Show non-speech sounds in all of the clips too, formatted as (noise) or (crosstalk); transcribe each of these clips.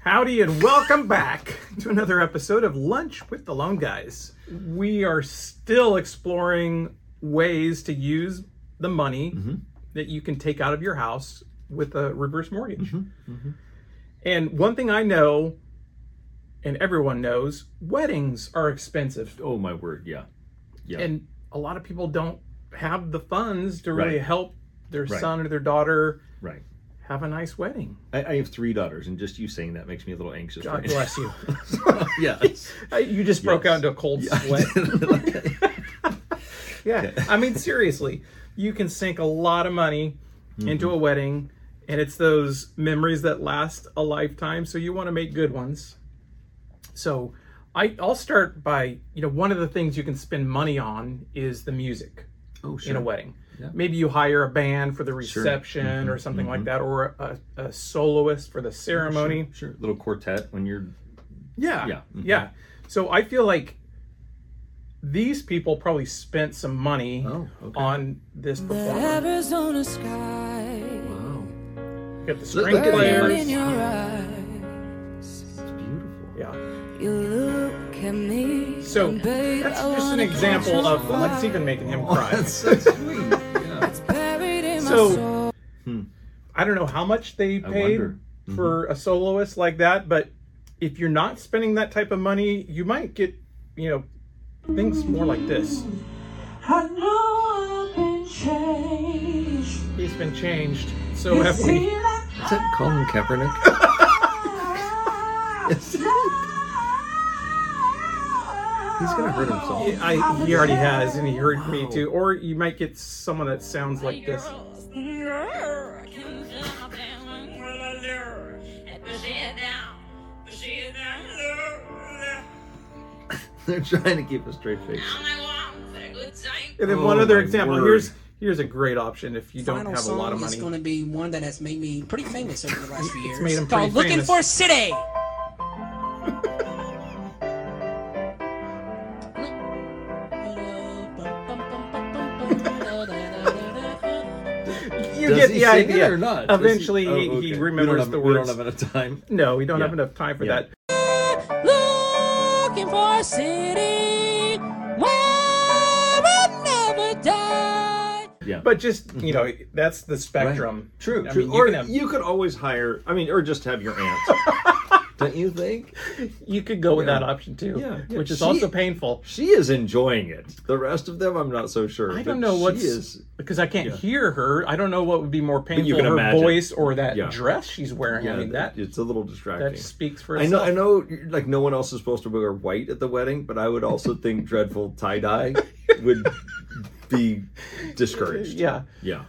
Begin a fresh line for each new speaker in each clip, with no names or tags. Howdy, and welcome back (laughs) to another episode of Lunch with the Lone Guys. We are still exploring ways to use the money
Mm-hmm.
that you can take out of your house with a reverse mortgage.
Mm-hmm.
And one thing I know, and everyone knows, weddings are expensive,
Oh my word, yeah. Yeah.
and a lot of people don't have the funds to really
Right.
help their
Right.
son or their daughter
right.
have a nice wedding.
I, I have three daughters, and just you saying that makes me a little anxious.
God
right now.
bless
(laughs)
you.
yeah.
Uh, You just broke
Yes.
out into a cold sweat.
(laughs)
yeah. I mean, seriously, you can sink a lot of money into
Mm-hmm.
a wedding, and it's those memories that last a lifetime. So you want to make good ones. So I, I'll start by, you know, one of the things you can spend money on is the music
Oh,
in a
sure.
wedding. Maybe you hire a band for the reception or something like that, or a, a soloist for the ceremony.
Mm-hmm. Sure. Little quartet when you're.
Yeah.
Yeah. Mhm.
Yeah. So I feel like these people probably spent some money
Oh, okay.
on this performance.
Arizona sky,
Wow.
You got the
Look-
string
look at
Fire
players.
in
Nice.
your eyes.
It's beautiful.
Yeah.
You look at me.
So
and babe,
that's
I
just an
wanna catch
example
on
of let's
fire.
even making him
(laughs) Oh,
cry.
that's so sweet. Yeah.
It's buried in my
So-
soul.
I don't know how much they
I
paid
wonder. Mm-hmm.
for a soloist like that, but if you're not spending that type of money, you might get, you know, things more like this.
I know I've been changed.
He's been changed. So have we.
Feel like
Is that Colin Kaepernick?
(laughs)
Yes. He's gonna hurt himself.
I, he already has, and he heard me too. Or you might get someone that sounds like this.
(laughs) They're trying to keep a straight face.
And then
Oh,
one other
my
example.
word.
Here's here's a great option if you don't
final
have a
song
lot of
is
money.
going to be one that has made me pretty famous over the last few years.
made him
called
pretty
"Looking
famous.
for City."
You get
Does he
the
sing it
idea.
or not? Does
Eventually,
Oh,
he,
okay.
he
we don't
remembers
have,
the
We
words.
don't have enough time.
no, we don't have
Yeah.
enough time for
Yeah.
that.
Looking for a city where I never die.
Yeah.
But just you know,
Mm-hmm.
that's the spectrum.
True.
I
true.
mean, you,
or
can have-
you could always hire. I mean, or just have your (laughs) aunt. Don't you think?
you could go with
Yeah.
that option too,
Yeah, yeah.
which is
She-
also painful.
She is enjoying it. The rest of them, I'm not so sure.
I
but
don't know what's
She is.
because I can't
yeah.
hear her. I don't know what would be more painful:
you can
her
imagine.
voice or that
Yeah.
dress she's wearing.
Yeah,
I mean that
it's a little distracting.
that speaks for
I know.
itself.
I know. Like no one else is supposed to wear white at the wedding, but I would
(laughs)
also think dreadful tie dye would be discouraged.
Yeah.
Yeah.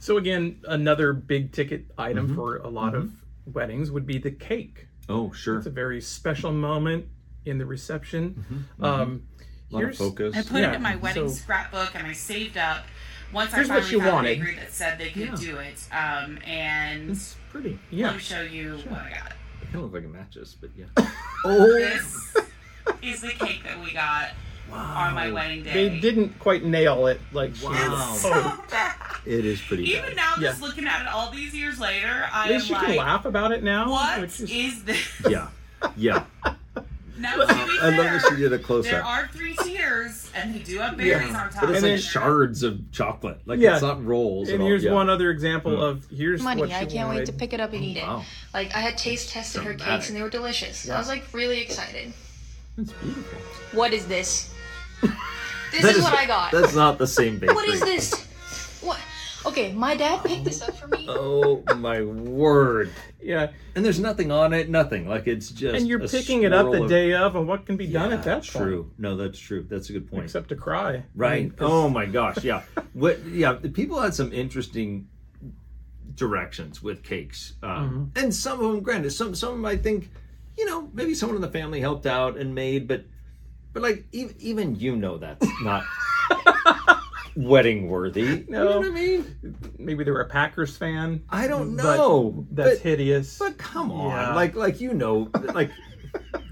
So again, another big ticket item
Mm-hmm.
for a lot of weddings would be the cake.
Oh sure.
It's a very special moment in the reception. Um,
Mm-hmm. a lot of
here's
focus.
I put
Yeah,
it in my wedding
so-
scrapbook and I saved up. Once
Here's
I
what
finally
she
found
wanted.
a bakery that said they could
Yeah.
do it, um, and
It's pretty.
let
yeah.
me show you what I got.
It kind of look like it matches, but yeah.
(laughs)
oh
This is the cake that we got on my wedding day.
They didn't quite nail it like she (laughs)
wow!
So bad.
It is pretty.
Even
bad.
now, just
Yeah.
looking at it all these years later, I
At least
am
you can
like,
laugh about it now.
what
which
is,
is-
this?
Yeah.
(laughs)
Yeah.
(laughs) Now, to be
I love that she
fair,
did a close
there
up.
are three tiers, and they do have berries on top.
But it's
of
And
like
it.
shards of chocolate. Like
Yeah.
it's not rolls.
and
at all.
here's
Yeah. Mm.
one other example of here's What
money.
she
I can't wait
wanted.
to pick it up and eat it.
Oh, Wow,
Like I had taste tested her
Dramatic.
cakes and they were delicious. I was like really excited.
that's beautiful.
What is this? this
That
is what I got.
That's not the same bakery.
(laughs) What is this? What? Okay, my dad picked this up for me.
Oh my word!
Yeah,
And there's nothing on it. Nothing. Like it's just.
and you're
a
picking it up
swirl
the
of-
day of, and what can be done
Yeah,
at that
True.
point?
No, (laughs) that's true. That's a good point.
Except to cry, I
right.
mean, 'cause-
oh my
(laughs)
gosh. Yeah. what? Yeah. the People had some interesting directions with cakes,
Mm-hmm.
um, and some of them, granted, some some of them I think, you know, maybe someone in the family helped out and made, but but like even even you know that's
(laughs)
not wedding worthy. You know
No.
what I mean?
uh, maybe they were a Packers fan.
I don't
But
know.
That's
but,
hideous.
But come on,
Yeah.
like like you know, like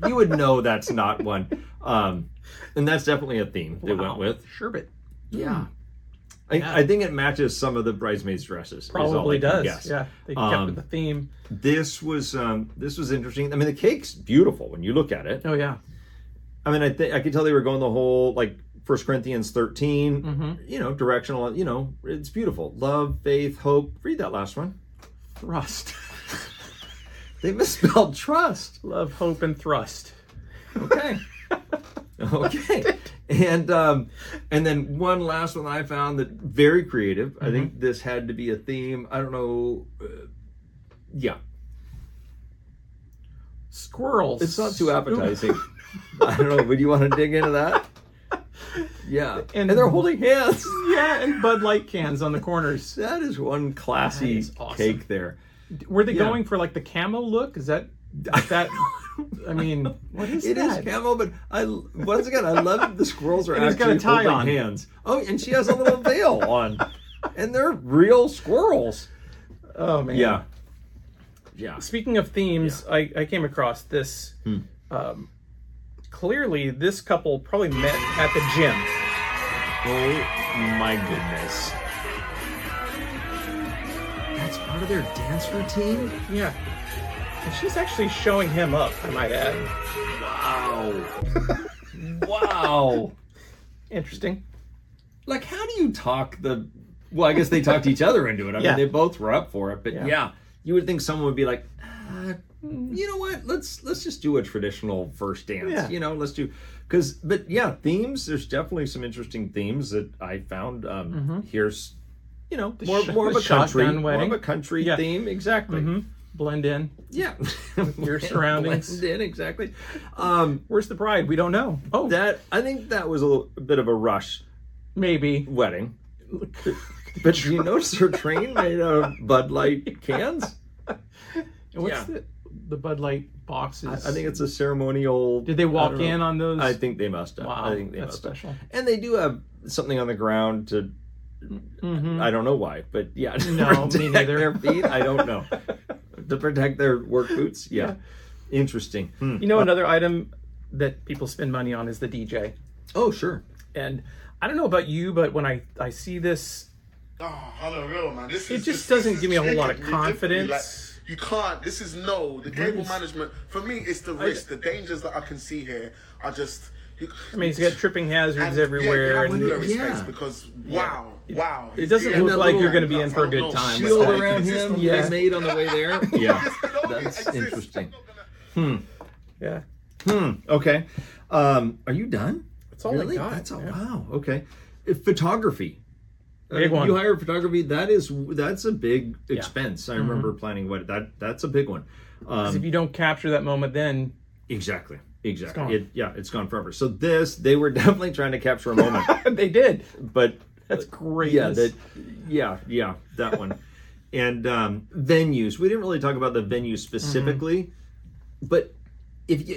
you would know that's not one. Um, and that's definitely a theme they
Wow.
went with.
sherbet. Hmm.
Yeah, I,
Yeah.
I think it matches some of the bridesmaids' dresses. is all I
Probably
can
does.
guess.
Yeah, they kept
Um,
with the theme.
This was um, this was interesting. I mean, the cake's beautiful when you look at it.
Oh yeah,
I mean, I think I could tell they were going the whole like First Corinthians 13
Mm-hmm.
you know, directional. You know, it's beautiful. Love, faith, hope. Read that last one.
thrust, (laughs)
They (laughs) misspelled trust.
love, hope, and thrust. (laughs)
Okay. okay. And um, and then one last one I found that very creative. I
Mm-hmm.
think this had to be a theme. I don't know. Uh, yeah,
Squirrels.
it's not too appetizing. I don't know. Would you want to dig into that? Yeah, and,
And-
they're
(laughs)
holding hands.
yeah, and Bud Light cans on the corners.
That is one classy
That is awesome.
cake there.
Were they
Yeah.
going for like the camo look? Is that
(laughs)
that? I mean, what is
It is
that?
camo, but I once again I love the squirrels
(laughs)
are
And he's got
actually
a tie
holding
on.
hands. Oh, and she has a little veil on, and they're real squirrels.
Oh man.
Yeah, yeah.
Speaking of themes, I, I came across this. Um, clearly, this couple probably met at the gym.
Oh my goodness. That's part of their dance routine?
Yeah. And she's actually showing him up, I might add.
Wow. (laughs) wow.
Interesting.
Like, how do you talk the. Well, I guess they talked each other into it. I
Yeah.
mean, they both were up for it, but yeah.
Yeah.
you would think someone would be like, uh, you know what? Let's let's just do a traditional first dance.
Yeah.
You know, let's do because, but yeah, themes. There's definitely some interesting themes that I found. Um, Here's, you know, more,
sh-
more of
the
a country,
shotgun
more of
wedding.
a country
Yeah. Mm-hmm.
theme, exactly.
Blend in. (laughs)
Yeah,
your surroundings.
Blend in, exactly. Um,
Where's the bride? We don't know. Oh,
that I think that was a little- bit of a rush
maybe. (laughs)
wedding. But do you notice her train made out of Bud Light cans?
And what's
Yeah.
the, the Bud Light boxes?
I think it's a ceremonial.
Did they walk
I don't know.
in on those?
I think they must have.
Wow,
I think they
that's
must have.
special.
And they do have something on the ground to. I don't know why, but yeah. (laughs) to
Mm-hmm. No, me
protect
neither.
Their feet, I don't know. to protect their work boots, yeah. Interesting. Hmm.
You know, another item that people spend money on is the DJ.
Oh, sure.
And I don't know about you, but when I, I see this,
Oh, I don't know, man. This
It
is,
just
this-
doesn't
this
give me
is
a whole lot of
taking me differently.
confidence.
Like, you can't. This is no. The cable management for me it's the risk. the dangers that I can see here are just. You,
I mean, it's got tripping hazards
and, Yeah,
everywhere.
you have to
and
lower his
Yeah.
face because wow, wow.
it doesn't
Yeah,
look
no,
like
no,
you're going to
no,
be in
no,
for a
no,
good time.
no.
with
shield
that.
around him
Existence.
yeah.
Yeah.
made on the way there. (laughs) Yeah, that's
It exists.
interesting.
I'm not gonna-
Yeah.
Hmm. Okay, um, are you done?
That's all
really?
I got.
that's all.
yeah.
Wow. Okay, Uh, photography. I
Big
mean,
one.
You hire photography. That is that's a big expense.
Mm-hmm.
I remember planning what that that's a big one.
'Cause
Um,
if you don't capture that moment, then
exactly. Exactly.
gone.
It, yeah, it's gone forever. So this, they were (laughs) definitely trying to capture a moment,
(laughs) they did.
but uh,
That's great.
yeah, that, yeah, yeah, that
(laughs)
one. and um, venues. We didn't really talk about the
Mm-hmm.
venue specifically, but if you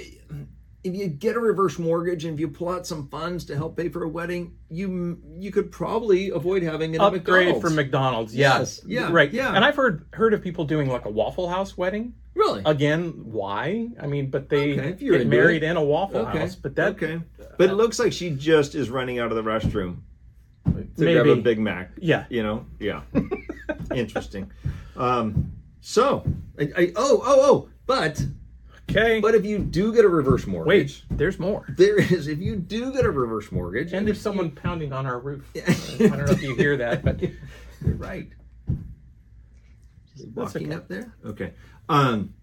if you get a reverse mortgage and if you pull out some funds to help pay for a wedding, you you could probably avoid having an
upgrade
McDonald's.
from McDonald's. Yeah.
Yes, yeah,
Right.
yeah.
And I've heard heard of people doing like a Waffle House wedding.
really.
Again, why? I mean, but they
Okay, if you're
get
into
married
it.
in a Waffle
Okay.
House. But that
okay. But it looks like she just is running out of the restroom to grab a
Maybe.
Big Mac.
Yeah.
You know.
(laughs)
Yeah. Interesting. Um, so, I, I, oh, oh, oh, but
Okay.
But if you do get a reverse mortgage,
Wait, there's more.
there is if you do get a reverse mortgage,
And there's someone pounding on our roof. I don't know if you hear that,
(laughs)
but
you're right, walking
okay.
up there, okay. Um,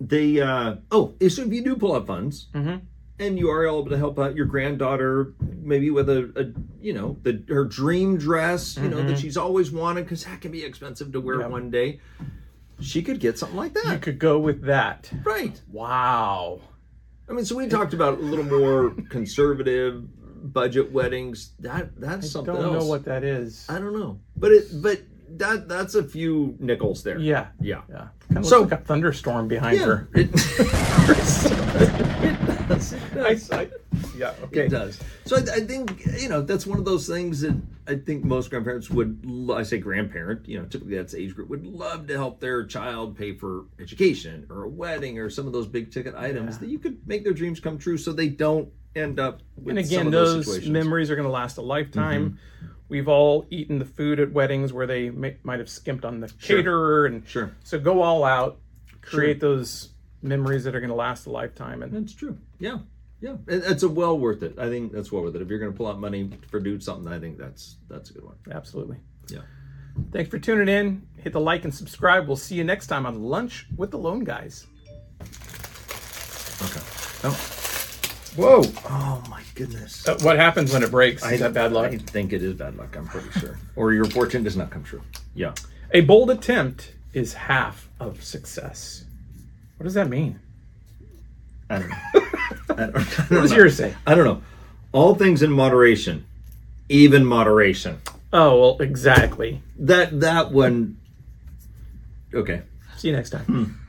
they uh oh, so if you do pull up funds,
Mm-hmm.
and you are able to help out your granddaughter, maybe with a, a you know the her dream dress, you know that she's always wanted because that can be expensive to wear
Mm-hmm. Yep.
one day. She could get something like
you
that,
could go with that.
right?
Wow.
I mean, so we talked about a little more conservative budget weddings. That that's something
don't
else.
know what that is.
I don't know, but it but that that's a few nickels there.
Yeah.
yeah,
Yeah. Kind of
So-
looks like a thunderstorm behind her.
It, (laughs) it does. It
I,
does.
I, yeah. Okay.
It does. So I, I think you know that's one of those things that I think most grandparents would. lo- I say grandparent, you know, typically that's the age group would love to help their child pay for education or a wedding or some of those big ticket items that you could make their dreams come true, so they don't end up. With
and
some
again
of those,
those, Mm-hmm.
situations.
memories are going to last a lifetime We've all eaten the food at weddings where they may, might have skimped on the caterer, and
Sure.
So go all out, create those memories that are going to last a lifetime, and
That's true. Yeah. Yeah. It, it's a well worth it. I think that's well worth it. If you're going to pull out money for do something, I think that's that's a good one.
absolutely.
Yeah.
Thanks for tuning in. Hit the like and subscribe. We'll see you next time on Lunch with the Lone Guys.
Okay. Oh. Whoa. Oh my goodness.
Uh, What happens when it breaks? Is that bad luck?
I think it is bad luck. I'm pretty sure. (laughs) or your fortune does not come true. Yeah.
A bold attempt is half of success. What does that mean?
I (laughs) don't know. I don't, I don't
What does
know.
yours say?
I don't know. All things in moderation, even moderation.
Oh, well, exactly.
That that one. Okay.
See you next time.